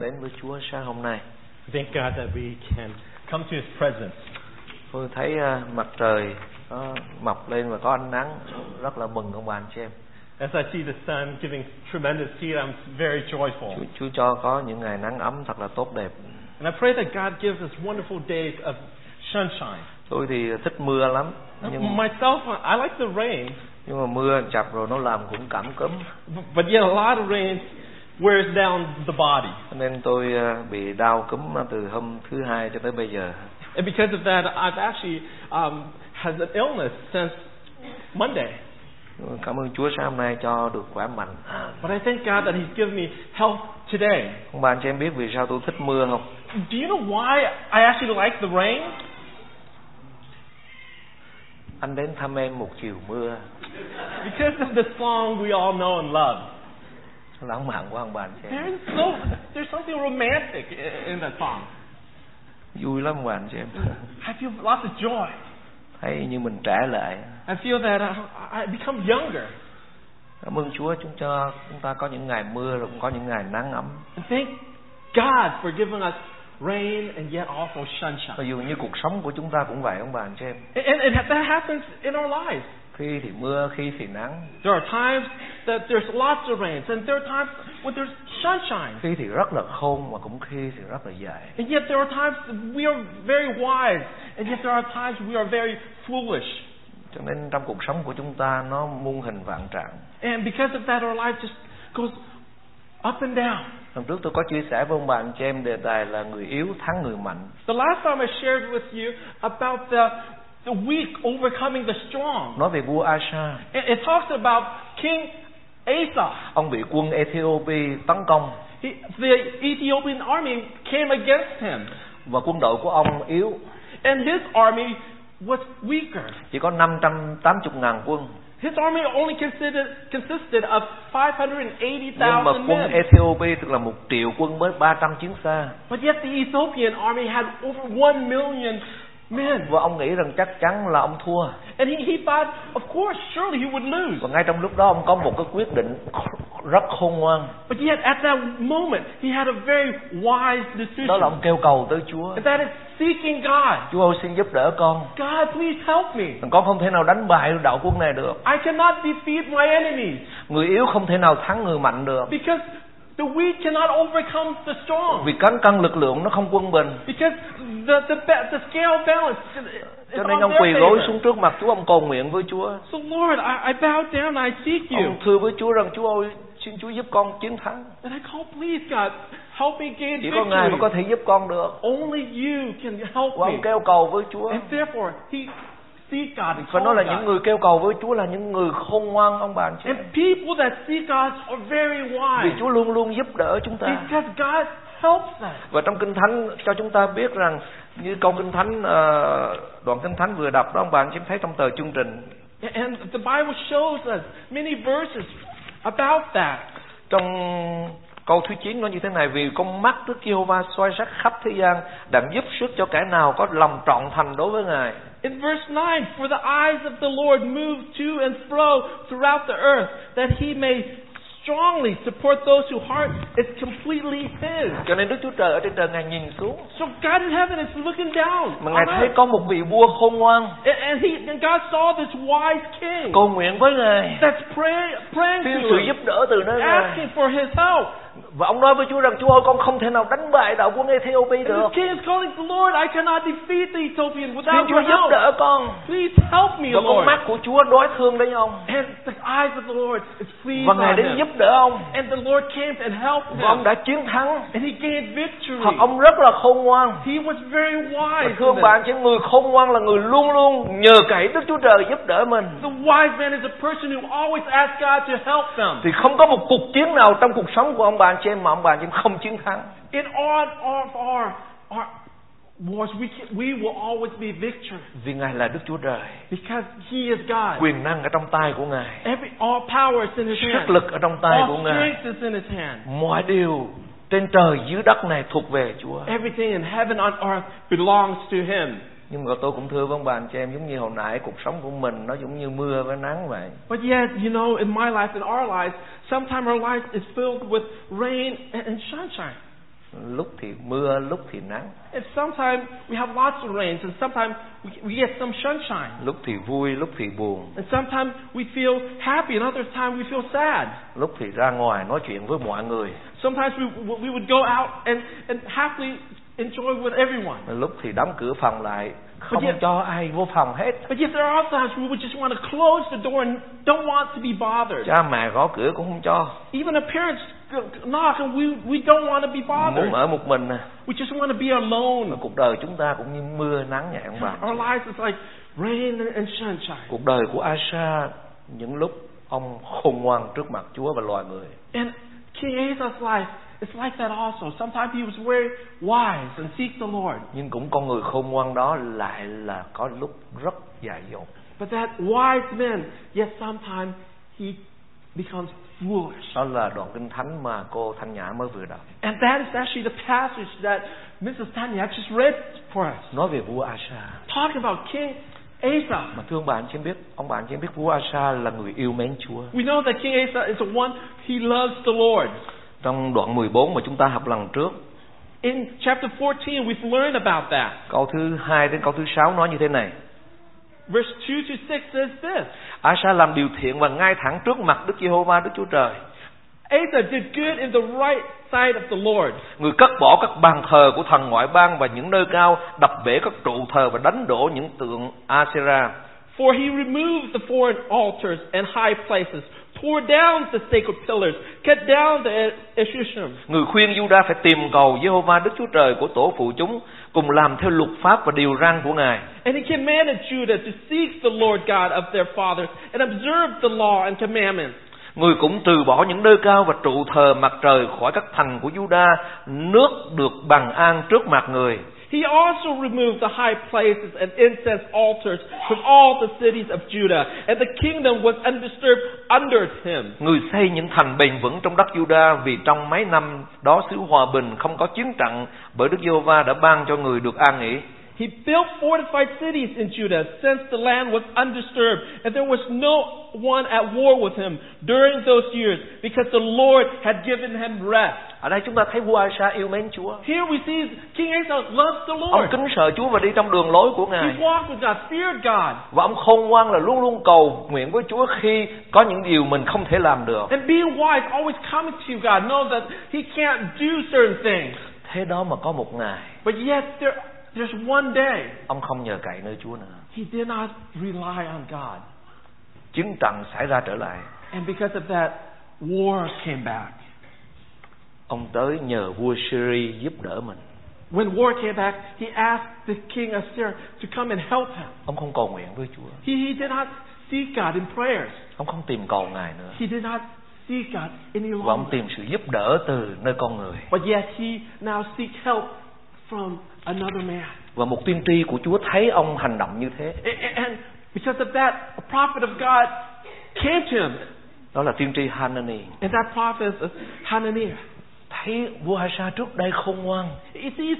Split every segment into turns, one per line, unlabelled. đến với Chúa sáng hôm nay.
Thank God that we can come to His presence.
Tôi thấy à, mặt trời nó mọc lên và có ánh nắng rất là mừng ông bà anh chị em.
As I see the sun giving tremendous heat, I'm very joyful.
Chúa, Chúa cho có những ngày nắng ấm thật là tốt đẹp.
And I pray that God gives us wonderful days of sunshine.
Tôi thì thích mưa lắm nhưng
Myself, I like the rain,
nhưng mà mưa chập rồi nó làm cũng cảm cúm
b- but yet a lot of rain wears down the body.
Cho nên tôi à, bị đau cúm từ hôm thứ hai cho tới bây giờ.
And because of that, I've actually um, had an illness since Monday.
Cảm ơn Chúa sáng hôm nay cho được khỏe mạnh. À,
But I thank God that He's given me health today.
Ông bà anh chị em biết vì sao tôi thích mưa không?
Do you know why I actually like the rain?
Anh đến thăm em một chiều mưa
Because of the song we all know and love.
lãng mạn quá ông bà anh chị em.
There's so Hmm? there's something romantic i- in that song.
vui lắm ông bà anh chị em
I feel lots of joy.
thấy như mình trẻ lại
I feel that I, I become younger.
cảm ơn Chúa chúng cho chúng ta có những ngày mưa rồi cũng có những ngày nắng ấm
And thank God for giving us rain and yet also sunshine.
mặc dù như cuộc sống của chúng ta cũng vậy ông bà anh chị em
And, and, and that happens in our lives.
khi thì mưa khi thì nắng
There are times that there's lots of rains, and there are times when there's sunshine.
khi thì rất là khôn mà cũng khi thì rất là dại
And yet there are times we are very wise, and yet there are times we are very foolish.
cho nên trong cuộc sống của chúng ta nó muôn hình vạn trạng
And because of that, our life just goes up and down.
hôm trước tôi có chia sẻ với ông bà anh chị em đề tài là người yếu thắng người mạnh
The last time I shared with you about the, the weak overcoming the strong,
nói về vua Asa
it, it talks about King Asa.
ông bị quân Ethiopia tấn công
He, the Ethiopian army came against him,
và quân đội của ông yếu
and his army was weaker.
chỉ có 580 ngàn quân
His army only consisted, consisted of
Nhưng mà
580,000
quân
men.
Ethiopia tức là một triệu quân mới 300 chiến xa
But yet the Ethiopian army had over 1 million men.
Và ông nghĩ rằng chắc chắn là ông thua
And he, he thought, of course, surely he would lose.
Và ngay trong lúc đó ông có một cái quyết định rất khôn ngoan
But yet at that moment, he had a very wise decision.
Đó là ông kêu cầu tới Chúa
And that is seeking God.
Chúa ơi xin giúp đỡ con
God, please help me.
Con không thể nào đánh bại đạo quân này được
I cannot defeat my enemies
Người yếu không thể nào thắng người mạnh được
because the weak cannot overcome the strong.
Vì cán cân lực lượng nó không quân bình
Because the, the, ba- the scale balance is
Cho
on
nên ông
their
quỳ gối
favor.
xuống trước mặt Chúa Ông cầu nguyện với Chúa
So Lord, I, I bow down, I seek you.
Ông thưa với Chúa rằng Chúa ơi xin Chúa giúp con chiến thắng
And I call, please God, help me gain
Chỉ có Ngài mới có
victory.
thể giúp con được
Only you can help
Và ông
me.
kêu cầu với Chúa
And therefore, he seek God and
Phải
call
nói là những
God.
người kêu cầu với Chúa là những người khôn ngoan ông bà anh chị. em.
And people that seek God are very
Vì
wise
Chúa luôn luôn giúp đỡ chúng ta.
because God helps us.
Và trong Kinh Thánh cho chúng ta biết rằng như câu Kinh Thánh ờ, đoạn Kinh Thánh vừa đọc đó ông bà anh chị em thấy trong tờ chương trình
And the Bible shows us many verses about that.
trong câu thứ 9 nó như thế này vì con mắt Đức Giê-hô-va soi sắc khắp thế gian đặng giúp sức cho kẻ nào có lòng trọn thành đối với Ngài.
In verse 9, for the eyes of the Lord move to and fro throughout the earth, that he may strongly support those whose heart is completely his.
Cho nên Đức Chúa Trời ở trên trời Ngài nhìn xuống
So God in heaven is looking down.
mà Ngài
on
thấy
us.
có một vị vua khôn ngoan
And, and he, and God saw this wise king
cầu nguyện với Ngài
that's pray, praying
xin
to
sự
him,
giúp đỡ từ nơi Ngài.
asking for his help.
Và ông nói với Chúa rằng Chúa ơi con không thể nào đánh bại đạo quân Ethiopia
And
được
this king is calling, Lord, I cannot defeat the Ethiopian
Xin
without
Chúa
your
giúp
help.
đỡ con
Please help me,
Và con
Lord.
mắt của Chúa đối thương đến ông
And the eyes of the Lord is pleased
Và Ngài
on
đến
him.
giúp đỡ ông
And the Lord came and helped
Và ông
him.
đã chiến thắng
And he gained victory.
Thật ông rất là khôn ngoan
He was very
Và
wise.
thưa ông
in
bạn chứ người khôn ngoan là người luôn luôn nhờ cậy Đức Chúa Trời giúp đỡ mình
this. The wise man is a person who always asks God to help them.
Thì không có một cuộc chiến nào trong cuộc sống của ông bạn chị em mà ông bạn chị em không chiến thắng
In all of our, our wars, we, can, we will always be victors
Vì Ngài là Đức Chúa Trời
because He is God.
Quyền năng ở trong tay của Ngài
Every, all power is in His
Sức
hand.
lực ở trong tay của
All
Ngài
strength is in His hand.
Mọi điều trên trời dưới đất này thuộc về Chúa
Everything in heaven on earth belongs to Him.
Nhưng mà tôi cũng thưa với ông bà anh chị em giống như hồi nãy cuộc sống của mình nó giống như mưa với nắng vậy.
But yet, you know, in my life, in our lives, sometimes our life is filled with rain and, and sunshine.
lúc thì mưa lúc thì nắng
And sometimes we have lots of rains, and sometimes we, we get some sunshine.
lúc thì vui lúc thì buồn
And sometimes we feel happy, and other times we feel sad.
lúc thì ra ngoài nói chuyện với mọi người
Sometimes we, we would go out and, and happily enjoy with everyone.
lúc thì đóng cửa phòng lại không
But yet-
cho ai vô phòng hết
But yet there are times we would just want to close the door and don't want to be bothered.
cha mẹ gõ cửa cũng không cho
Even a parent's knock, and we, we don't want to be bothered.
muốn ở một mình à.
We just want to be alone.
cuộc đời chúng ta cũng như mưa nắng nhẹ ông bà
Our lives is like rain and sunshine.
cuộc đời của Asa những lúc ông khôn ngoan trước mặt Chúa và loài người
And King Asa's life is like that also. Sometimes he was very wise and seek the Lord.
nhưng cũng con người khôn ngoan đó lại là có lúc rất dại dột
But that wise man, yet sometimes he becomes foolish.
đó là đoạn kinh thánh mà cô Thanh Nhã mới vừa đọc
And that is actually the passage that Mrs. Tanya just read for us.
nói về vua Asa
Talking about King Asa.
mà thưa ông bà anh chị em biết ông bà anh chị em biết vua Asa là người yêu mến Chúa
We know that King Asa is the one, he loves the Lord.
trong đoạn 14 mà chúng ta học lần trước
In chapter 14, we've learned about that.
câu thứ hai đến câu thứ sáu nói như thế này
Verse 2 to 6 says this.
Asa làm điều thiện và ngay thẳng trước mặt Đức Giê-hô-va Đức Chúa Trời
Asa did good in the right sight of the Lord.
Người cắt bỏ các bàn thờ của thần ngoại bang và những nơi cao, đập bể các trụ thờ và đánh đổ những tượng Asera.
For he removed the foreign altars and high places, tore down the sacred pillars, cut down the Eshushim.
Người khuyên Juda phải tìm cầu Jehovah Đức Chúa Trời của tổ phụ chúng, cùng làm theo luật pháp và điều răn của Ngài.
And he commanded Judah to seek the Lord God of their fathers and observe the law and commandments.
Người cũng từ bỏ những nơi cao và trụ thờ mặt trời khỏi các thành của Juda, nước được bằng an trước mặt người.
He also removed the high places and incense altars from all the cities of Judah, and the kingdom was undisturbed under him.
Người xây những thành bền vững trong đất Juda vì trong mấy năm đó xứ hòa bình không có chiến trận bởi Đức Giê-hô-va đã ban cho người được an nghỉ.
He built fortified cities in Judah, since the land was undisturbed, and there was no one at war with him during those years, because the Lord had given him rest.
Ở đây chúng ta thấy vua Asa yêu mến Chúa.
Here we see King Asa loves the
Ông
Lord.
kính sợ Chúa và đi trong đường lối của Ngài.
He walked with God, feared God.
Và ông khôn ngoan là luôn luôn cầu nguyện với Chúa khi có những điều mình không thể làm được.
And being wise, always coming to God, know that he can't do certain things.
Thế đó mà có một ngày,
But yet, there, there's one day
ông không nhờ cậy nơi Chúa nữa.
he did not rely on God.
Chiến trận xảy ra trở lại.
And because of that, war came back.
Ông tới nhờ vua Syri giúp đỡ mình.
When war came back, he asked the king of Syria to come and help him.
Ông không cầu nguyện với Chúa.
He, he did not seek God in prayers.
Ông không tìm cầu Ngài nữa.
He did not seek God any
Và ông
longer.
tìm sự giúp đỡ từ nơi con người.
But yet he now seeks help from another man.
Và một tiên tri của Chúa thấy ông hành động như thế.
A- a- And because of that, a prophet of God came to him.
Đó là tiên tri Hanani.
And that prophet is Hananiah.
Thấy vua Asa trước đây khôn ngoan.
You see,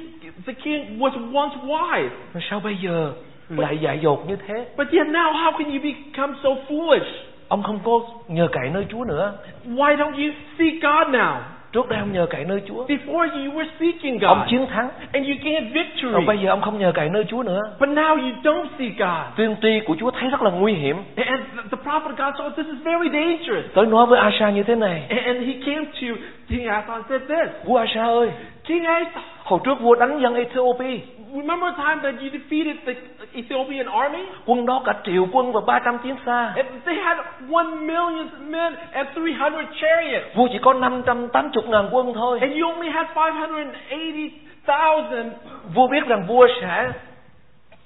the king was once wise.
Mà sao bây giờ lại dại dột như thế?
But yet now, how can you become so foolish?
Ông không có nhờ cậy nơi Chúa nữa.
Why don't you seek God now?
Trước đây ông nhờ cậy nơi Chúa.
Before you were seeking
Ông
God.
chiến thắng.
And you gained
Rồi bây
victory.
giờ ông không nhờ cậy nơi Chúa nữa.
But now you don't seek God.
Tiên tri của Chúa thấy rất là nguy hiểm.
And the the prophet of God saw this is very dangerous.
Tới nói với Asa như thế này.
And and he came to King Asa and said this
Vua Asa ơi,
King Asa,
hồi trước vua đánh dân Ethiopia.
remember a time that you defeated the Ethiopian army?
Quân đó cả triệu quân và 300 chiến xa.
And they had one million men and 300 chariots.
Vua chỉ có 580 ngàn quân thôi.
And you only had 580,000.
Vua biết rằng vua sẽ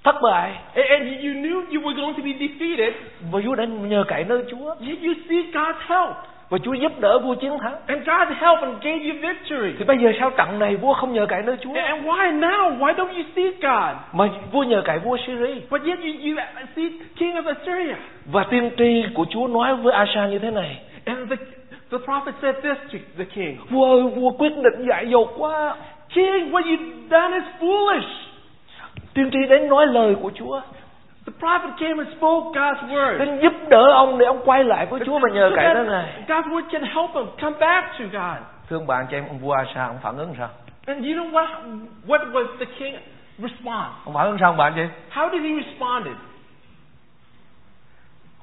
thất bại.
And- And you knew you were going to be defeated.
Và vua đã nhờ cậy nơi Chúa.
Yet you seek God's help.
Và Chúa giúp đỡ vua chiến thắng.
And God helped and gave you victory.
Thì bây giờ sao trận này vua không nhờ cậy nơi Chúa?
And why now? Why don't you seek God?
Mà vua nhờ cậy vua Syria.
But yet you, you seek king of Assyria.
Và tiên tri của Chúa nói với Asa như thế này.
And the, the prophet said this to the king.
Vua ơi, vua quyết định dại dột quá.
King, what you've done is foolish.
Tiên tri đến nói lời của Chúa.
The prophet came and spoke God's word.
Đến giúp đỡ ông để ông quay lại với Chúa và nhờ
So
cậy
that
nơi này.
God's word can help him come back to God.
Thương bạn cho em, ông vua Asa, ông phản ứng sao?
And you know what? What was the king response?
Ông phản ứng sao ông bạn vậy?
How did he respond?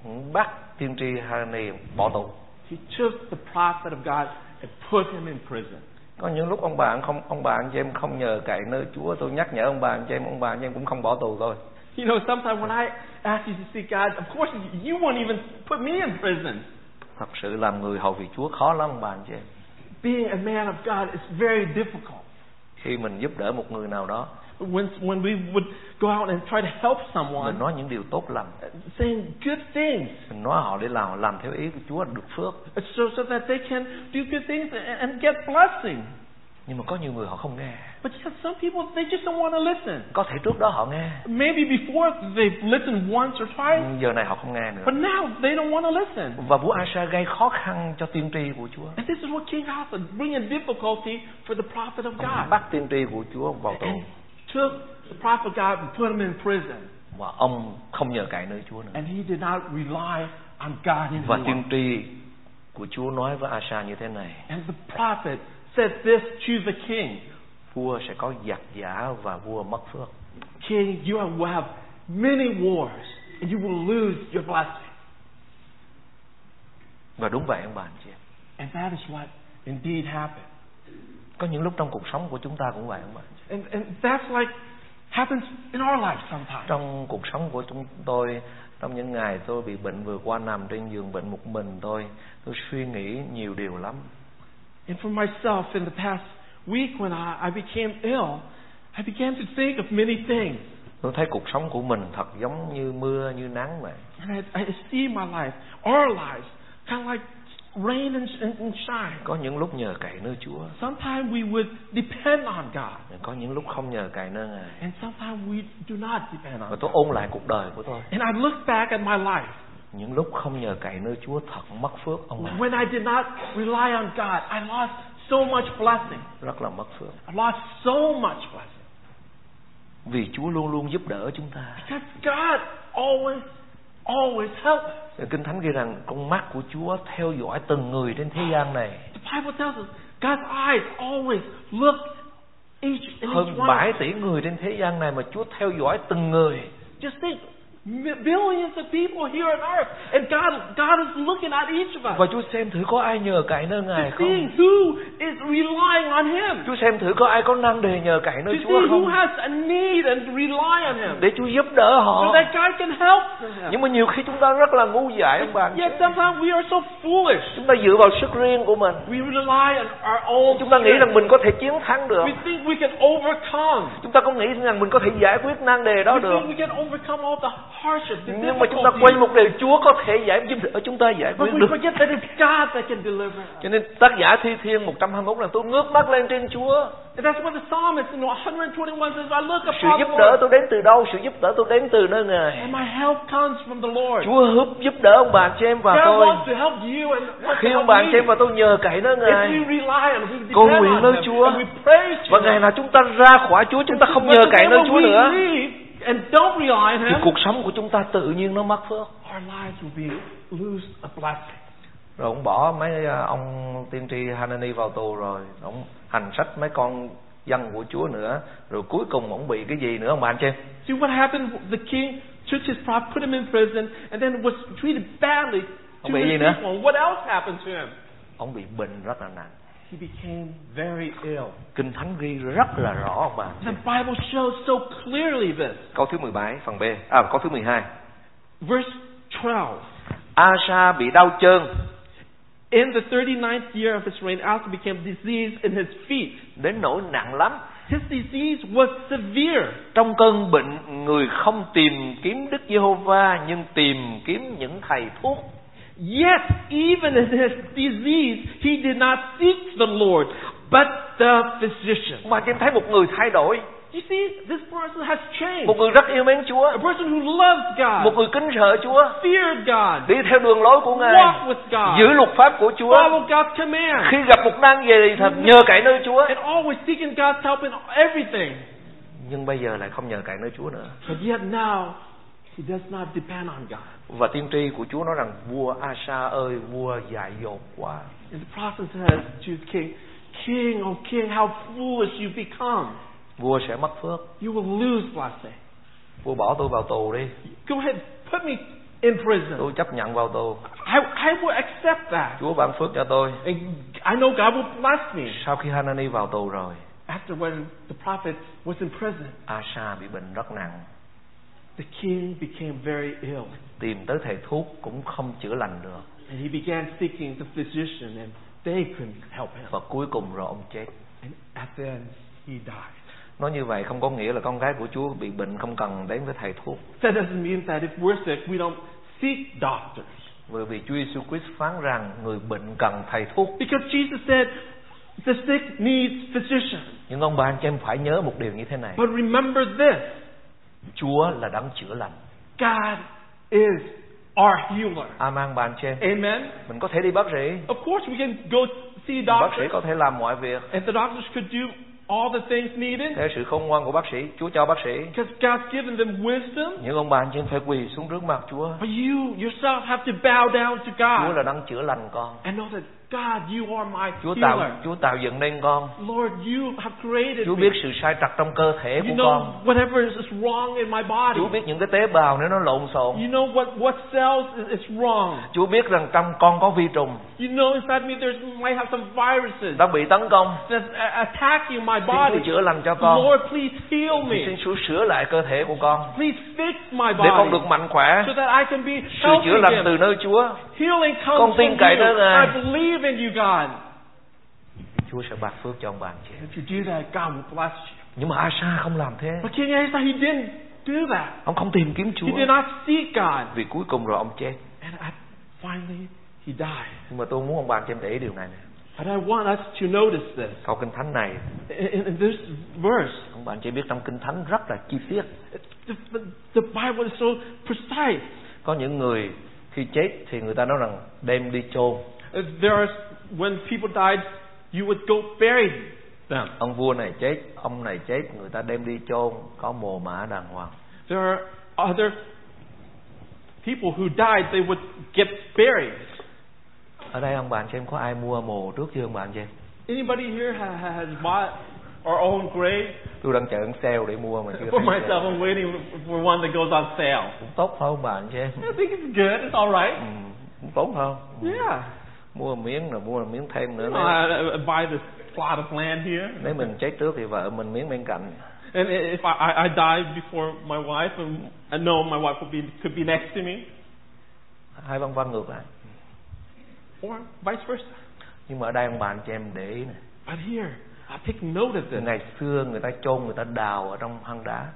Ông bắt tiên tri Hanani bỏ tù.
He took the prophet of God and put him in prison.
Có những lúc ông bạn không ông bạn cho em không nhờ cậy nơi Chúa tôi nhắc nhở ông bạn cho em ông bạn cho em cũng không bỏ tù thôi.
You know, sometimes when I ask you to seek God, of course you won't even put me in prison.
Thật sự làm người hầu vì Chúa khó lắm ông bạn cho em.
Being a man of God is very difficult.
Khi mình giúp đỡ một người nào đó,
When, when we would go out and try to help
mình
someone,
nói những điều tốt lành,
saying good things,
mình nói họ để làm làm theo ý của Chúa được phước.
so, so that they can do good things and, and get blessing.
Nhưng mà có nhiều người họ không nghe.
But yet some people, they just don't want to listen.
Có thể trước đó họ nghe,
Maybe before they've listened once or twice,
nhưng giờ này họ không nghe nữa.
but now they don't want to listen.
Và vua Asa gây khó khăn cho tiên tri của Chúa.
And this is what King Asa bringing difficulty for the prophet of
Ông
God.
bắt tiên tri của Chúa vào tù
And took the prophet of God and put him in prison.
và ông không nhờ cậy nơi Chúa nữa.
And he did not rely on God
Và tiên
anymore.
tri của Chúa nói với Asa như thế này:
And the prophet said this to the king.
Vua sẽ có giặc giả và vua mất phước.
King, you will have many wars and you will lose your blessing.
Và đúng vậy ông bà anh chị. em.
And that is what indeed happened.
Có những lúc trong cuộc sống của chúng ta cũng vậy ông bà. anh chị.
And, and that's like happens in our life sometimes.
Trong cuộc sống của chúng tôi, trong những ngày tôi bị bệnh vừa qua nằm trên giường bệnh một mình tôi, tôi suy nghĩ nhiều điều lắm.
And for myself, in the past week when I, I became ill, I began to think of many things.
Tôi thấy cuộc sống của mình thật giống như mưa như nắng vậy.
And I, I see my life, our lives, kind of like rain and, and, and shine.
Có những lúc nhờ cậy nơi Chúa,
Sometimes we would depend on God,
có những lúc không nhờ cậy nơi Ngài.
and sometimes we do not depend
Và
on
tôi
God.
ôn lại cuộc đời của tôi.
And I look back at my life.
Những lúc không nhờ cậy nơi Chúa thật mất phước ông bà.
When I did not rely on God, I lost so much blessing.
Rất là mất phước.
I lost so much blessing.
Vì Chúa luôn luôn giúp đỡ chúng ta.
Because God always, always helps us.
Kinh Thánh ghi rằng con mắt của Chúa theo dõi từng người trên thế gian này.
The Bible tells us God's eyes always look each and each
Hơn
one.
7
of us.
tỷ người trên thế gian này mà Chúa theo dõi từng người.
Just think, mi- billions of people here on earth, and God, God is looking at each of us
Và Chúa xem thử có ai nhờ cậy nơi
to
Ngài
see
không.
who is relying on Him,
Chúa xem thử có ai có năng đề nhờ cậy
to
nơi
see
Chúa
who
không.
has a need and rely on Him,
Để Chúa giúp đỡ
so
họ.
that God can help them.
Nhưng mà nhiều khi chúng ta rất là ngu dại ông bạn.
Yet sometimes we are so foolish.
Chúng ta dựa vào sức riêng của mình.
We rely on our own.
Chúng ta nghĩ rằng
strength.
mình có thể chiến thắng được.
We think we can overcome.
Chúng ta có nghĩ rằng mình có thể giải quyết nan đề đó
We
được.
think we can overcome all the hardships, the
Nhưng mà chúng ta quên
difficulties.
một điều Chúa có thể giải giúp đỡ chúng ta giải
But
quyết
we
được.
forget that it's God that can deliver us.
Cho nên tác giả Thi Thiên 121 là tôi ngước mắt lên trên Chúa.
And that's what the psalmist in 121 says, I look
Sự
upon
giúp
the
đỡ
Lord,
tôi đến từ đâu? Sự giúp đỡ tôi đến từ nơi Ngài.
and my help comes from the Lord.
Chúa giúp giúp đỡ ông bà chị em và
God
tôi.
wants to help you and wants to
Khi ông
help
bà chị em
me.
và tôi nhờ cậy nơi
If
Ngài
we rely on, we
Cầu
depend
nguyện
on
nơi
Him,
Chúa.
and we praise
và
you.
ngày nào chúng ta ra khỏi Chúa chúng ta không nhờ cậy nơi Chúa
we
nữa
leave and don't rely on
thì
Him,
cuộc sống của chúng ta tự nhiên nó mất phước.
our lives will be lose a blessing.
Rồi ông bỏ mấy ờ, ông tiên tri Hanani vào tù rồi, ông hành sách mấy con dân của Chúa nữa, rồi cuối cùng ông bị cái gì nữa ông bà anh chị em?
See what happened? The king took his prophet, put him in prison, and then was treated badly to
Ông bị gì
his
nữa?
people. And What else happened to him?
Ông bị bệnh rất là nặng.
He became very ill.
Kinh Thánh ghi rất là rõ ông bà anh chị
The
em.
Bible shows so clearly this.
Câu thứ 17 phần B, à câu thứ 12.
Verse 12.
Asa bị đau chân
In the 39th year of his reign, Asa became diseased in his feet.
đến nỗi nặng lắm.
His disease was severe.
Trong cơn bệnh người không tìm kiếm Đức Giê-hô-va nhưng tìm kiếm những thầy thuốc.
Yet, even in his disease, he did not seek the Lord, but the physician.
Mà em thấy một người thay đổi,
You see, this person has changed.
một người rất yêu mến Chúa,
A person who loves
một
God,
người kính sợ Chúa,
feared God,
đi theo đường lối của Ngài,
walked with God,
giữ luật pháp của Chúa.
followed God's command,
Khi gặp một nan về thì thật nhờ cậy nơi Chúa,
and always seeking God's help in everything.
nhưng bây giờ lại không nhờ cậy nơi Chúa nữa.
But yet now, he does not depend on God.
Và tiên tri của Chúa nói rằng vua Asa ơi, vua dại dột quá.
And the prophet says to the king, King, oh king, how foolish you've become.
vua sẽ mất phước
You will lose, Blase.
vua bỏ tôi vào tù đi
Go ahead, put me in prison.
tôi chấp nhận vào tù
I, I will accept that.
chúa ban phước cho tôi
And I know God will bless me.
sau khi hanani vào tù rồi
After when the prophet was in prison,
asa bị bệnh rất nặng
the king became very ill.
tìm tới thầy thuốc cũng không chữa lành được
And he began seeking the physician, and they couldn't help him.
và cuối cùng rồi ông chết
And at the end, he died.
nói như vậy không có nghĩa là con gái của chúa bị bệnh không cần đến với thầy thuốc
That doesn't mean that if we're sick, we don't seek doctors.
bởi vì chúa giêsu christ phán rằng người bệnh cần thầy thuốc
Because Jesus said, the sick needs physician.
nhưng ông bà anh chị em phải nhớ một điều như thế này
But remember this
chúa là đấng chữa lành
God is our healer.
amen bà anh chị em
Amen.
mình có thể đi bác sĩ
Of course, we can go see
bác sĩ
doctors,
có thể làm mọi việc
and the doctors could do all the things needed
theo sự khôn ngoan của bác sĩ chúa cho bác sĩ
because God's given them wisdom.
những ông bà anh chị em phải quỳ xuống trước mặt chúa
But you yourself have to bow down to
chúa
God
là đấng chữa lành con
and know that God, you are my
chúa tạo
healer.
chúa tạo dựng nên con
Lord, you have created
chúa
me.
biết sự sai trật trong cơ thể
You
của con
know whatever is wrong in my body.
chúa biết những cái tế bào nếu nó lộn xộn
You know what what cells is, is wrong.
Chúa biết rằng trong con có vi trùng
You know inside me there's might have some viruses
đang bị tấn công.
that's a- attacking my
Xin Chúa
body.
chữa lành cho con.
Lord, please heal
Xin
me.
Chúa sửa lại cơ thể của con
Please fix my
để con được
body
mạnh khỏe.
so that I can be
Sự
healthy.
chữa lành từ
again.
nơi Chúa,
Healing comes
Con
from
tin cậy
you.
nơi Ngài.
I believe in you, God.
Chúa sẽ ban phước cho ông bà anh chị. em.
If you do that, God will bless you.
Nhưng mà Asa không làm thế.
But King Asa, he didn't do that.
Ông không tìm kiếm Chúa.
He did not seek God.
Vì cuối cùng rồi ông chết.
And I, finally, he died.
Nhưng mà tôi muốn ông bà anh chị em để ý điều này. nè.
But I want us to notice this.
Câu kinh thánh này,
In, in this verse,
ông bà anh chị em biết trong kinh thánh rất là chi tiết.
the, the, the Bible is so precise.
Có những người khi chết thì người ta nói rằng đem đi chôn.
Uh, There is, when people died, you would go bury them.
Ông vua này chết, ông này chết, người ta đem đi chôn, có mồ mả đàng hoàng.
There are other people who died, they would get buried.
ở đây ông bạn xem có ai mua mồ trước chưa ông bạn xem
Anybody here ha- ha- has bought our own grave?
tôi đang chờ sale để mua mà chưa
For
thấy
myself,
sale.
I'm waiting for one that goes on sale.
cũng tốt thôi ông bạn xem
I think it's good. It's all
ừ,
right.
cũng tốt không ừ.
Yeah.
mua miếng rồi mua miếng thêm nữa
You know,
nếu,
I, I buy this plot of land here,
nếu mình chết trước thì vợ mình miếng bên cạnh
and i- if I, I, I die before my wife, and I know my wife will be could be next to me.
hai văn văn ngược lại
or vice versa.
nhưng mà ở đây ông bạn cho em để ý này
But here, I take note of
từ
this.
ngày xưa người ta chôn người ta đào ở trong hang đá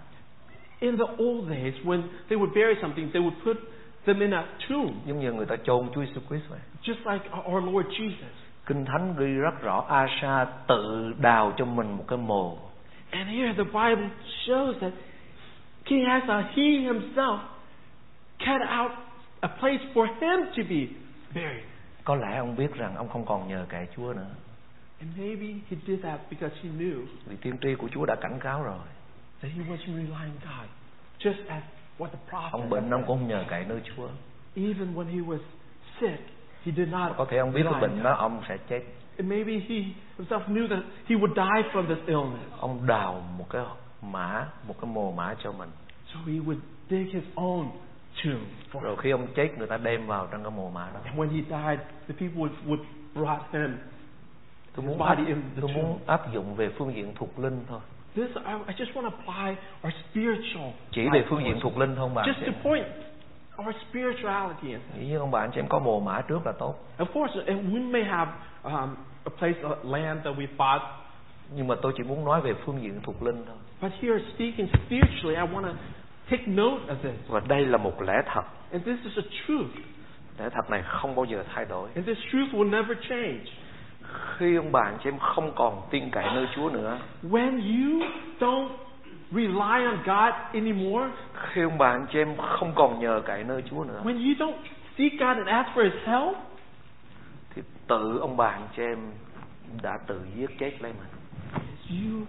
In the old days, when they would bury something, they would put them in a tomb,
giống như người ta chôn Chúa Jesus Christ vậy
just like our Lord Jesus.
kinh thánh ghi rất rõ Asa tự đào cho mình một cái mồ
And here, the Bible shows that King Asa, he himself, cut out a place for him to be buried.
có lẽ ông biết rằng ông không còn nhờ cậy Chúa nữa
And maybe he did that because he knew
vì tiên tri của Chúa đã cảnh cáo rồi
that he wasn't relying on God, just as what the prophet.
ông bệnh ông cũng không nhờ cậy nơi Chúa
Even when he was sick, he did not.
có thể ông biết cái
rely on
bệnh đó ông sẽ chết
And maybe he himself knew that he would die from this illness.
ông đào một cái mã một cái mồ mã cho mình
So he would dig his own tomb. For him.
rồi khi ông chết người ta đem vào trong cái mồ mã đó
And when he died, the people would, would brought him.
tôi muốn áp,
Body in the
tôi muốn
tomb.
áp dụng về phương diện thuộc linh thôi
This I, I just want to apply our spiritual.
chỉ về phương diện thuộc linh thôi ông bà anh
Just
chị
to point our spirituality in.
em. Dĩ nhiên ông bà anh chị em có mồ mã trước là tốt
Of course, and we may have um, a place, a land that we bought,
nhưng mà tôi chỉ muốn nói về phương diện thuộc linh thôi
but here speaking spiritually, I want to take note of this.
và đây là một lẽ thật
And this is a truth,
lẽ thật này không bao giờ thay đổi
and this truth will never change.
khi ông bà anh chị em không còn tin cậy nơi Chúa nữa
When you don't rely on God anymore,
khi ông bà anh chị em không còn nhờ cậy nơi Chúa nữa
when you don't seek God and ask for His help,
thì tự ông bà anh chị em đã tự giết chết lấy mình
you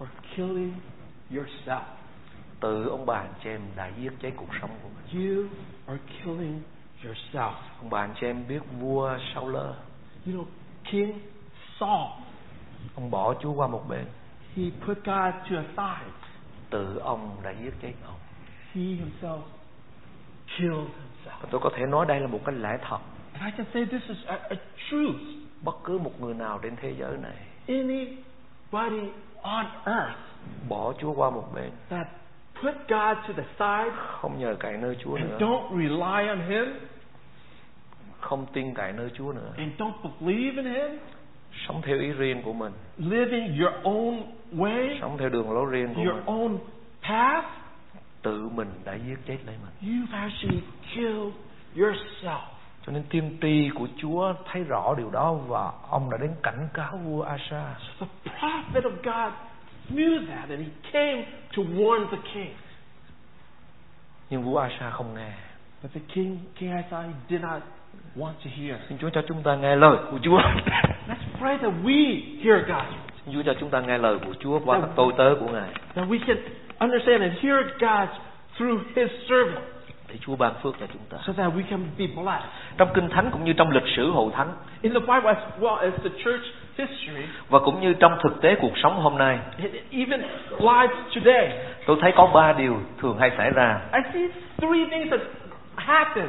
are killing yourself.
tự ông bà anh chị em đã giết chết cuộc sống của mình
You are killing yourself.
ông bà anh chị em biết vua Saul
You know, King Saul,
ông bỏ Chúa qua một bên
He put God to a side.
tự ông đã giết chết ông
He himself killed himself.
Và tôi có thể nói đây là một cái lẽ thật
And I can say this is a, a truth.
bất cứ một người nào trên thế giới này
Anybody on earth
bỏ Chúa qua một bên
that put God to the side
không nhờ cậy nơi Chúa
and
nữa
don't rely on Him
không tin cậy nơi Chúa nữa
and don't believe in Him,
sống theo ý riêng của mình
living your own way,
sống theo đường lối riêng của
your
mình
own path,
tự mình đã giết chết lấy mình
you've actually killed yourself.
cho nên tiên tri của Chúa thấy rõ điều đó và ông đã đến cảnh cáo vua Asa
The prophet of God knew that and he came to warn the king.
nhưng vua Asa không nghe
But the king, King Isaiah, did not want to hear.
xin Chúa cho chúng ta nghe lời của Chúa
Let's pray that we hear God,
xin Chúa cho chúng ta nghe lời của Chúa qua các tôi tớ của Ngài
that we can understand and hear God through his servant
để Chúa ban phước cho chúng ta
so that we can be blessed.
trong kinh thánh cũng như trong lịch sử hội thánh
In the Bible as well as the church history,
và cũng như trong thực tế cuộc sống hôm nay
and even lives today,
tôi thấy có ba điều thường hay xảy ra
I see three things that happen.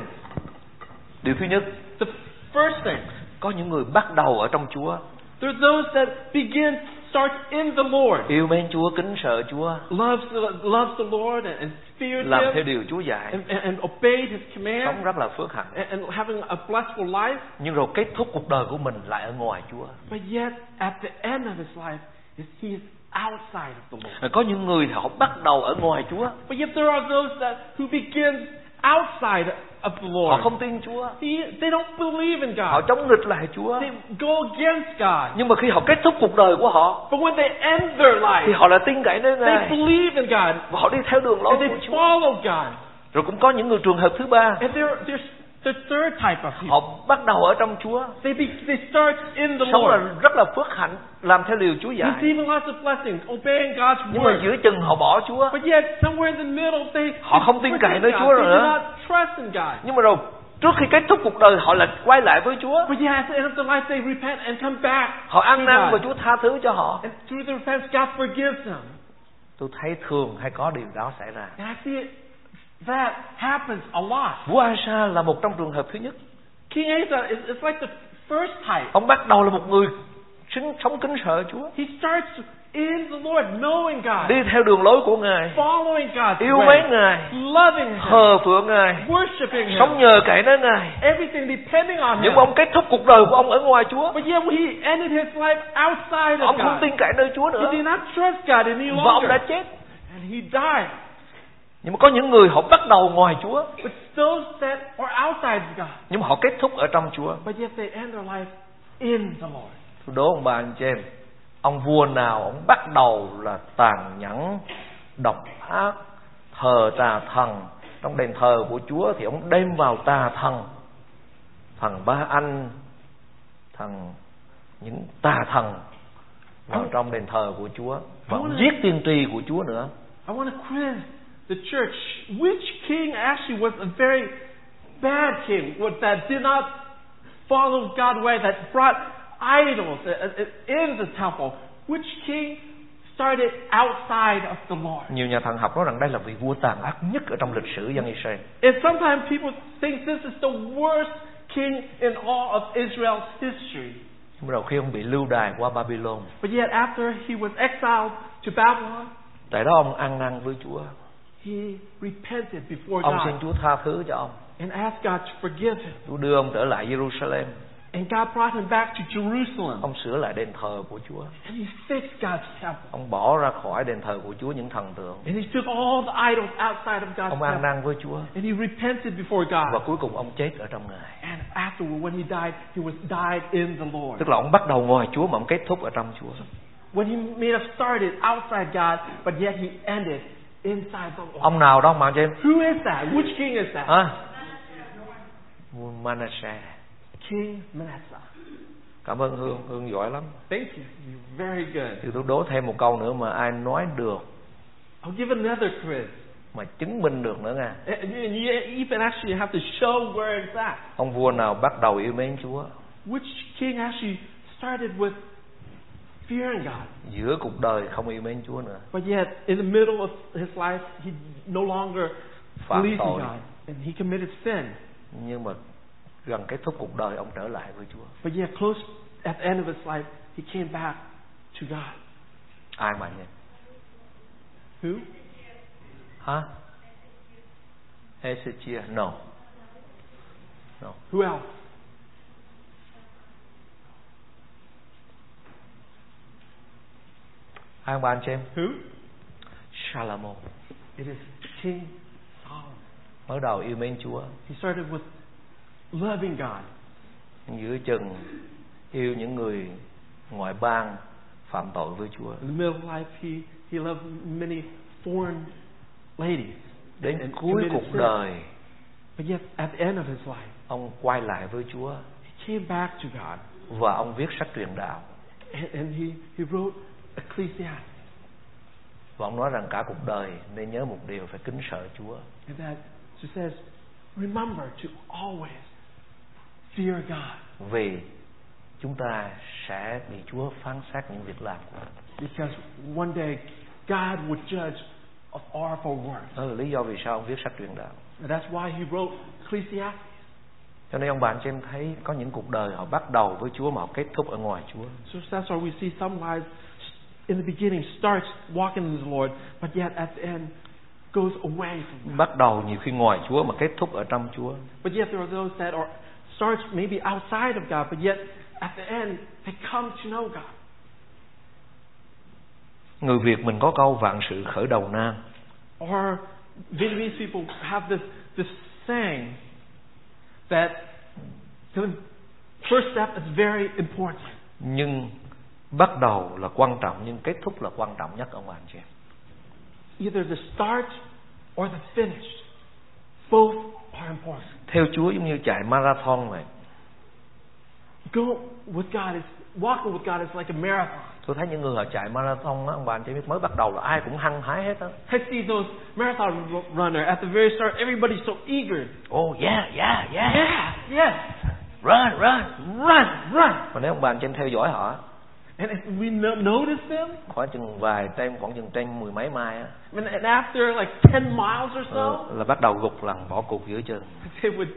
điều thứ nhất
The first thing,
có những người bắt đầu ở trong Chúa
there are those that begin, start in the Lord.
yêu mến Chúa kính sợ Chúa
loves the, loves the Lord and, and fears
làm theo
Him
điều Chúa dạy
and, and, and obeyed His
sống
command
rất là phước hạnh
and, and having a blessful life.
nhưng rồi kết thúc cuộc đời của mình lại ở ngoài Chúa
But yet, at the end of his life, is he is outside of the Lord.
Rồi có những người thì họ bắt đầu ở ngoài Chúa
But yet, there are those that who begin outside of the
họ
Lord.
không tin Chúa
He, they don't believe in
họ
God.
chống nghịch lại Chúa
They go against God.
nhưng mà khi họ kết thúc cuộc đời của họ
But when they end their
thì
life,
họ lại tin cậy nơi
they
Ngài
believe in God
và họ đi theo đường lối
and
của
they
Chúa
follow God.
rồi cũng có những người trường hợp thứ ba
And there, there's the third type of people.
họ bắt đầu ở trong Chúa
They, be, they start in the
sống
Lord.
là rất là phước hạnh làm theo điều Chúa dạy
receiving lots of blessings, obeying God's
nhưng mà
word.
giữa chừng họ bỏ Chúa
But yet, somewhere in the middle, they
Họ không tin cậy nơi
God.
Chúa
They
nữa.
do not trust in God.
nhưng mà rồi trước khi kết thúc cuộc đời họ lại quay lại với Chúa
But yet, at the end of their life, they repent and come back.
họ ăn
to
năn và
God.
Chúa tha thứ cho họ
And through the repentance, God forgives them.
tôi thấy thường hay có điều đó xảy ra
And I see it, that happens a lot.
vua Asa là một trong trường hợp thứ nhất
King Asa is it's like the first type.
ông bắt đầu là một người sinh sống kính sợ Chúa
He starts in the Lord, knowing God,
đi theo đường lối của Ngài
following God's
yêu
way,
mến Ngài
loving Him,
thờ phượng Ngài
worshiping
sống
Him,
nhờ cậy nơi Ngài
everything depending on
nhưng
Him.
mà ông kết thúc cuộc đời của ông ở ngoài Chúa
But yet, when he ended his life outside of
ông không
God.
tin cậy nơi Chúa
He
nữa
did not trust God any
và ông
longer.
đã chết
And he died.
nhưng mà có những người họ bắt đầu ngoài Chúa
But those that are outside of God,
nhưng mà họ kết thúc ở trong Chúa
but yet they end their life in the Lord.
Tôi đố ông bà anh chị em Ông vua nào ông bắt đầu là tàn nhẫn Độc ác Thờ tà thần Trong đền thờ của Chúa thì ông đem vào tà thần Thần Ba Anh Thần Những tà thần Vào trong đền thờ của Chúa Và ông giết tiên tri của Chúa nữa
I want to quiz the church. Which king actually was a very bad king what- that did not follow God's way, that brought idols uh, uh, in the temple? Which king started outside of the Lord?
Nhiều nhà thần học nói rằng đây là vị vua tàn ác nhất ở trong lịch sử dân Israel
And sometimes people think this is the worst king in all of Israel's history.
Nhưng mà đầu khi ông bị lưu đày qua Babylon
But yet, after he was exiled to Babylon,
Tại đó ông ăn năn với Chúa
he repented before
Ông xin
God
Chúa tha thứ cho ông
and asked God to forgive him.
Chúa đưa ông trở lại Jerusalem
And God brought him back to Jerusalem.
Ông sửa lại đền thờ của Chúa
And he fixed God's temple.
Ông bỏ ra khỏi đền thờ của Chúa những thần tượng
And he took all the idols outside of God's
Ông ăn
temple.
năn với Chúa
And he repented before
Và
God.
cuối cùng ông chết ở trong Ngài
And afterward, when he died, he was died in the Lord.
Tức là ông bắt đầu ngoài Chúa mà ông kết thúc ở trong Chúa
When he may have started outside God, but yet he ended inside the Lord.
Ông nào đó mà cho em
Who is that? Which king is that?
Hả? Vua Manasseh
King Manasseh.
Cảm ơn Hương, Hương giỏi lắm
Thank you. You're very good.
Thì tôi đố thêm một câu nữa mà ai nói được
I'll give another quiz.
Mà chứng minh được nữa nha
And and you even actually have to show where it's at.
Ông vua nào bắt đầu yêu mến Chúa
Which king actually started with fearing God.
giữa cuộc đời không yêu mến Chúa nữa
But yet, in the middle of his life, he no longer
Phạm
believed in
tội.
God. And he committed sin.
nhưng mà gần kết thúc cuộc đời ông trở lại với Chúa
But yet, close at the end of his life, he came back to God.
ai mà nhỉ
Who?
hả Ezechia no no
Who else?
ai ông bà anh chị em
Who?
Salomon
It is King Solomon.
mới đầu yêu mến Chúa
He started with loving God.
nhưng giữa chừng yêu những người ngoại bang phạm tội với Chúa
In the middle of life, he, he loved many foreign ladies.
đến
and
cuối
committed
cuộc
sin.
đời
But yet, at the end of his life,
ông quay lại với Chúa
he came back to God
và ông viết sách truyền đạo
and, and he, he wrote Ecclesiastes.
và ông nói rằng cả cuộc đời nên nhớ một điều phải kính sợ Chúa
And that she says, remember to always fear God
vì chúng ta sẽ bị Chúa phán xét những việc làm của mình.
because one day God would judge of all of our works.
Đó là lý do vì sao ông viết sách truyền đạo.
And that's why he wrote Ecclesiastes.
Cho nên ông bạn cho em thấy có những cuộc đời họ bắt đầu với Chúa mà họ kết thúc ở ngoài Chúa.
So that's why we see some lives in the beginning starts walking in the Lord, but yet at the end goes away from God.
Bắt đầu nhiều khi ngoài Chúa mà kết thúc ở trong Chúa.
But yet there are those that are starts maybe outside of God, but yet at the end they come to know God.
Người Việt mình có câu vạn sự khởi đầu nan.
Or Vietnamese people have this this saying that the first step is very important,
Nhưng bắt đầu là quan trọng nhưng kết thúc là quan trọng nhất ông bạn chị em.
either the start or the finish. Both are important.
Theo Chúa giống như chạy marathon vậy.
Go with God is walking with God is like a marathon.
Tôi thấy những người họ chạy marathon á, ông bạn chị biết mới bắt đầu là ai cũng hăng hái hết á.
I see those marathon r- runner at the very start. Everybody's so eager.
Oh yeah, yeah, yeah.
Yeah, yeah.
Run, run.
Run, run.
Mà nếu ông bạn chị em theo dõi họ á,
And if we no- notice them,
khoảng chừng vài tem khoảng chừng tem mười mấy mai á
and and after like 10 miles or so,
ờ, là bắt đầu gục lần bỏ cuộc giữa chừng
they would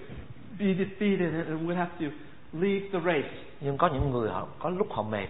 be defeated and would have to leave the race.
nhưng có những người họ có lúc họ mệt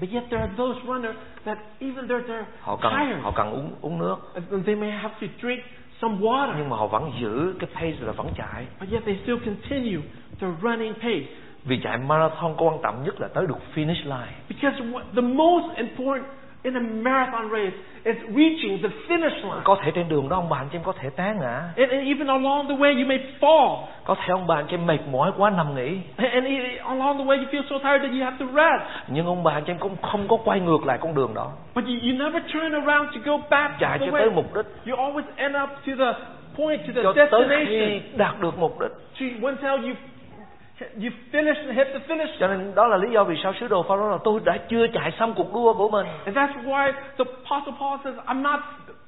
But yet there are those runners that even though they're
họ cần
tired,
họ cần uống uống nước
and they may have to drink some water,
nhưng mà họ vẫn giữ cái pace là vẫn chạy
but yet they still continue their running pace.
vì chạy marathon có quan trọng nhất là tới được finish line
Because what, the most important in a marathon race is reaching the finish line.
có thể trên đường đó ông bà anh chị em có thể té ngã
And, and even along the way, you may fall.
có thể ông bà anh chị em mệt mỏi quá nằm nghỉ
And, and e- along the way, you feel so tired that you have to rest.
nhưng ông bà anh chị em cũng không có quay ngược lại con đường đó
But you, you never turn around to go back
chạy
the
cho
way.
tới mục đích
You always end up to the point, to the
cho tới khi
destination,
đạt được mục đích
to until you you finish and hit the finish.
cho nên đó là lý do vì sao sứ đồ Phaolô là tôi đã chưa chạy xong cuộc đua của mình
And that's why the Apostle Paul says, "I'm not,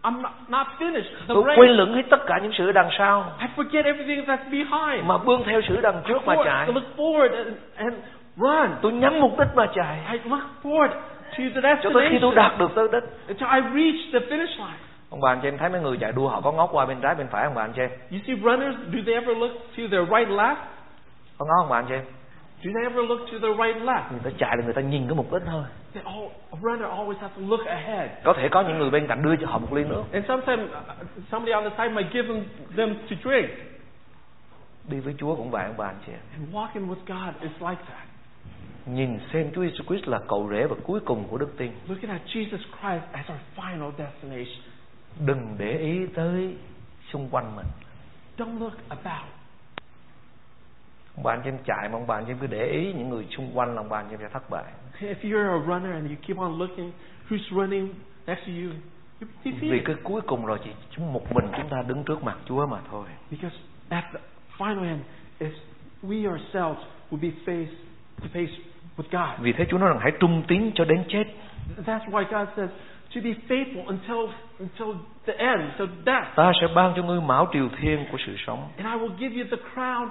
I'm not, not finished the
Tôi quên
race.
lửng hết tất cả những sự đằng sau
I forget everything that's behind.
mà bươn theo sự đằng trước mà
Forward,
chạy.
I look forward and, and run.
Tôi nhắm mục đích mà chạy
I look forward to the
cho tới khi
destination
tôi đạt được tới đích.
until I reach the finish line."
Ông bà anh chị em thấy mấy người chạy đua họ có ngó qua bên trái bên phải ông bà anh chị em?
You see, runners, do they ever look to their right left?
Có ngó ông bà anh chị em?
Do they ever look to their right left?
Người ta chạy là người ta nhìn cái mục đích thôi.
They all, a runner always has to look ahead.
Có thể có những người bên cạnh đưa cho họ một ly nước.
And sometimes uh, somebody on the side might give them, them to drink.
Đi với Chúa cũng vậy ông bà anh chị em.
And walking with God is like that.
Nhìn xem Chúa Jesus Christ là cậu rể và cuối cùng của đức tin.
Looking at Jesus Christ as our final destination.
Đừng để ý tới xung quanh mình.
Don't look about.
Ông bà anh chị em chạy mà ông bà anh chị em cứ để ý những người xung quanh là ông bà anh chị em sẽ thất bại.
If you're a runner and you keep on looking who's running next to you, you're
Vì
defeated.
cái cuối cùng rồi chỉ chúng một mình chúng ta đứng trước mặt Chúa mà thôi.
Because at the final end is we ourselves will be face to face with God.
Vì thế Chúa nói rằng hãy trung tín cho đến chết.
That's why God says to be faithful until until the end, until death,
Ta sẽ ban cho ngươi mão triều thiên của sự sống.
and I will give you the crown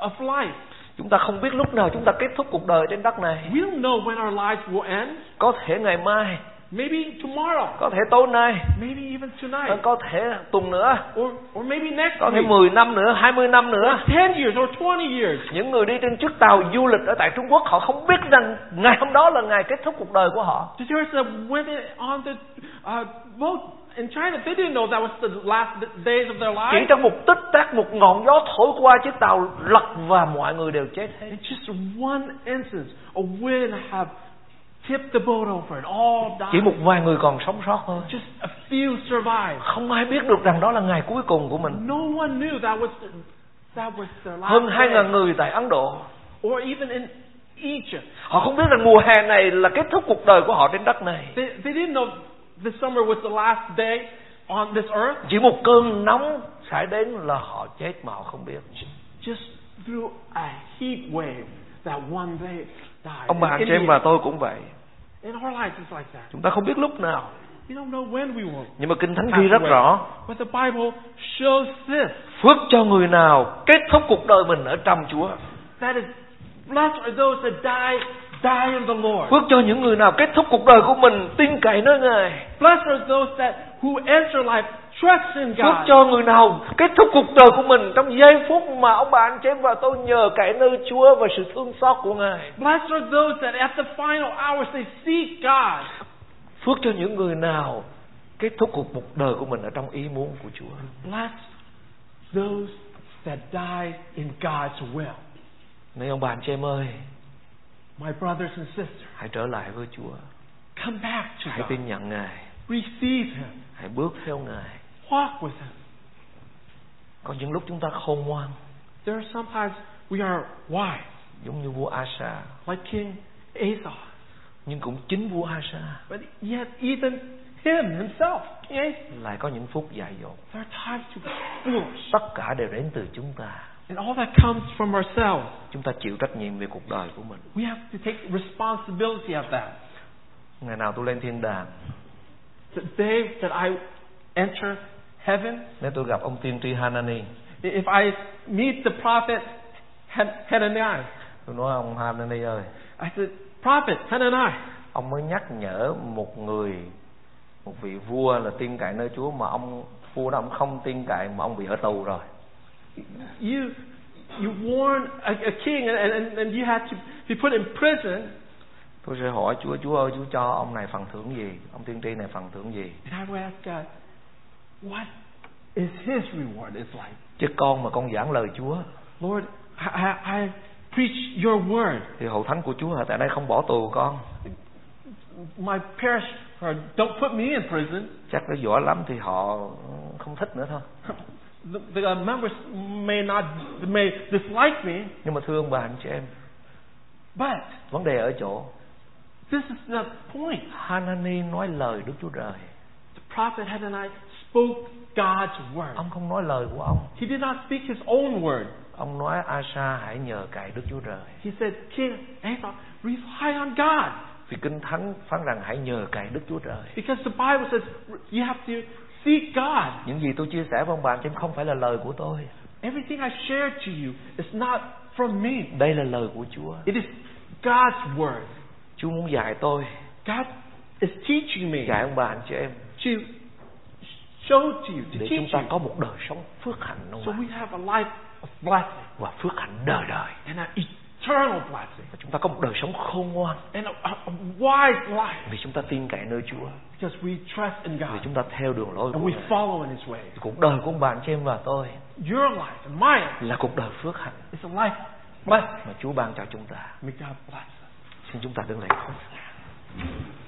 of life.
Chúng ta không biết lúc nào chúng ta kết thúc cuộc đời trên đất này.
We don't know when our lives will end.
Có thể ngày mai,
Maybe tomorrow.
có thể tối nay,
Maybe even tonight.
có thể tuần nữa,
Or, or maybe next
có thể
week.
10 năm nữa, 20 năm nữa.
10 years or 20 years.
Những người đi trên chiếc tàu du lịch ở tại Trung Quốc họ không biết rằng ngày hôm đó là ngày kết thúc cuộc đời của họ.
The Jews that went on the uh, boat in China, they didn't know that was the last days of their
Chỉ
lives.
trong một tích tắc một ngọn gió thổi qua chiếc tàu lật và mọi người đều chết hết.
It's just one instance, a wind have tipped the boat over and all
Chỉ một
died.
vài người còn sống sót thôi.
Just a few survived.
Không ai biết được rằng đó là ngày cuối cùng của mình.
No one knew that was the, that was their
Hơn 2.000
last day.
người tại Ấn Độ.
Or even in Egypt,
Họ không biết rằng mùa hè này là kết thúc cuộc đời của họ trên đất này.
they they didn't know the summer was the last day on this earth.
Chỉ một cơn nóng xảy đến là họ chết mà họ không biết.
Just through a heat wave, that one day died.
Ông bà anh
in
chị em
India.
và tôi cũng vậy.
In our lives, it's like that.
Chúng ta không biết lúc nào.
You don't know when we will.
Nhưng mà Kinh Thánh
pass
ghi rất
away.
rõ.
But the Bible shows this
Phước cho người nào kết thúc cuộc đời mình ở trong Chúa.
that is, blessed are those that die, die in the Lord.
Phước cho những người nào kết thúc cuộc đời của mình tin cậy nơi Ngài.
Blessed are those that who enter life trust in
Phước
God.
cho người nào kết thúc cuộc đời của mình trong giây phút mà ông bà anh chị em và tôi nhờ cậy nơi Chúa và sự thương xót của Ngài.
Blessed are those that at the final hours they seek God.
Phước cho những người nào kết thúc cuộc cuộc đời của mình ở trong ý muốn của Chúa.
Blessed those that die in God's will.
Nên ông bà anh chị em ơi,
My brothers and sisters,
hãy trở lại với Chúa,
come back to
hãy
God.
tin nhận Ngài,
Receive Him.
hãy bước theo Ngài.
Walk with Him.
Có những lúc chúng ta khôn ngoan,
There are sometimes we are wise,
giống như vua Asa,
like King Asa.
nhưng cũng chính vua Asa
But yet, even him himself, okay?
lại có những phút dại dột.
there are times to be foolish.
Tất cả đều đến từ chúng ta.
And all that comes from ourselves.
Chúng ta chịu trách nhiệm về cuộc đời của mình.
We have to take responsibility of that.
Ngày nào tôi lên thiên đàng,
The day that I enter heaven,
nếu tôi gặp ông tiên tri Hanani,
if I meet the prophet Han- Hananiah,
tôi nói ông Hanani ơi,
I said, Prophet Hananiah,
ông mới nhắc nhở một người một vị vua là tin cậy nơi Chúa mà ông vua đó ông không tin cậy mà ông bị ở tù rồi
you, you warned a, a king and, and, and you had to be put in prison.
tôi sẽ hỏi Chúa Chúa ơi Chúa cho ông này phần thưởng gì ông tiên tri này phần thưởng gì
And I would ask God, what is his reward? It's like,
chứ con mà con giảng lời Chúa
Lord, I, I, I preach your word.
thì hậu thánh của Chúa ở tại đây không bỏ tù con
My parish or don't put me in prison.
chắc nó giỏi lắm thì họ không thích nữa thôi
The, the uh, members may not may dislike me,
nhưng mà thương bà anh chị em
but
vấn đề ở chỗ
this is the point.
Hanani nói lời Đức Chúa Trời
The prophet Hananiah spoke God's word.
ông không nói lời của ông
He did not speak his own word.
ông nói Asa hãy nhờ cậy Đức Chúa Trời
He said, King Asa, rely on God,
vì Kinh Thánh phán rằng hãy nhờ cậy Đức Chúa Trời
because the Bible says you have to seek God.
Những gì tôi chia sẻ với ông bà anh chị em không phải là lời của tôi
Everything I shared to you is not from me.
Đây là lời của Chúa
It is God's word.
Chúa muốn dạy tôi
God is teaching me
Dạy ông bà anh chị em
to show to you,
Để
to teach
chúng
you.
ta có một đời sống phước hạnh ông
So
bà
we have a life of blessing
Và phước hạnh đời đời
and an eternal blessing
Và Chúng ta có một đời sống khôn ngoan
and a, a wise life
Vì chúng ta tin cậy nơi Chúa
because we trust in
Vì
God
chúng ta theo đường lối của
and we
Ngài
follow in His way.
Cuộc đời của ông bà anh chị em và tôi
Your life and my life
Là cuộc đời phước hạnh
is a life blessed.
Mà Chúa ban cho chúng ta
May God bless us.
Xin chúng ta đứng lên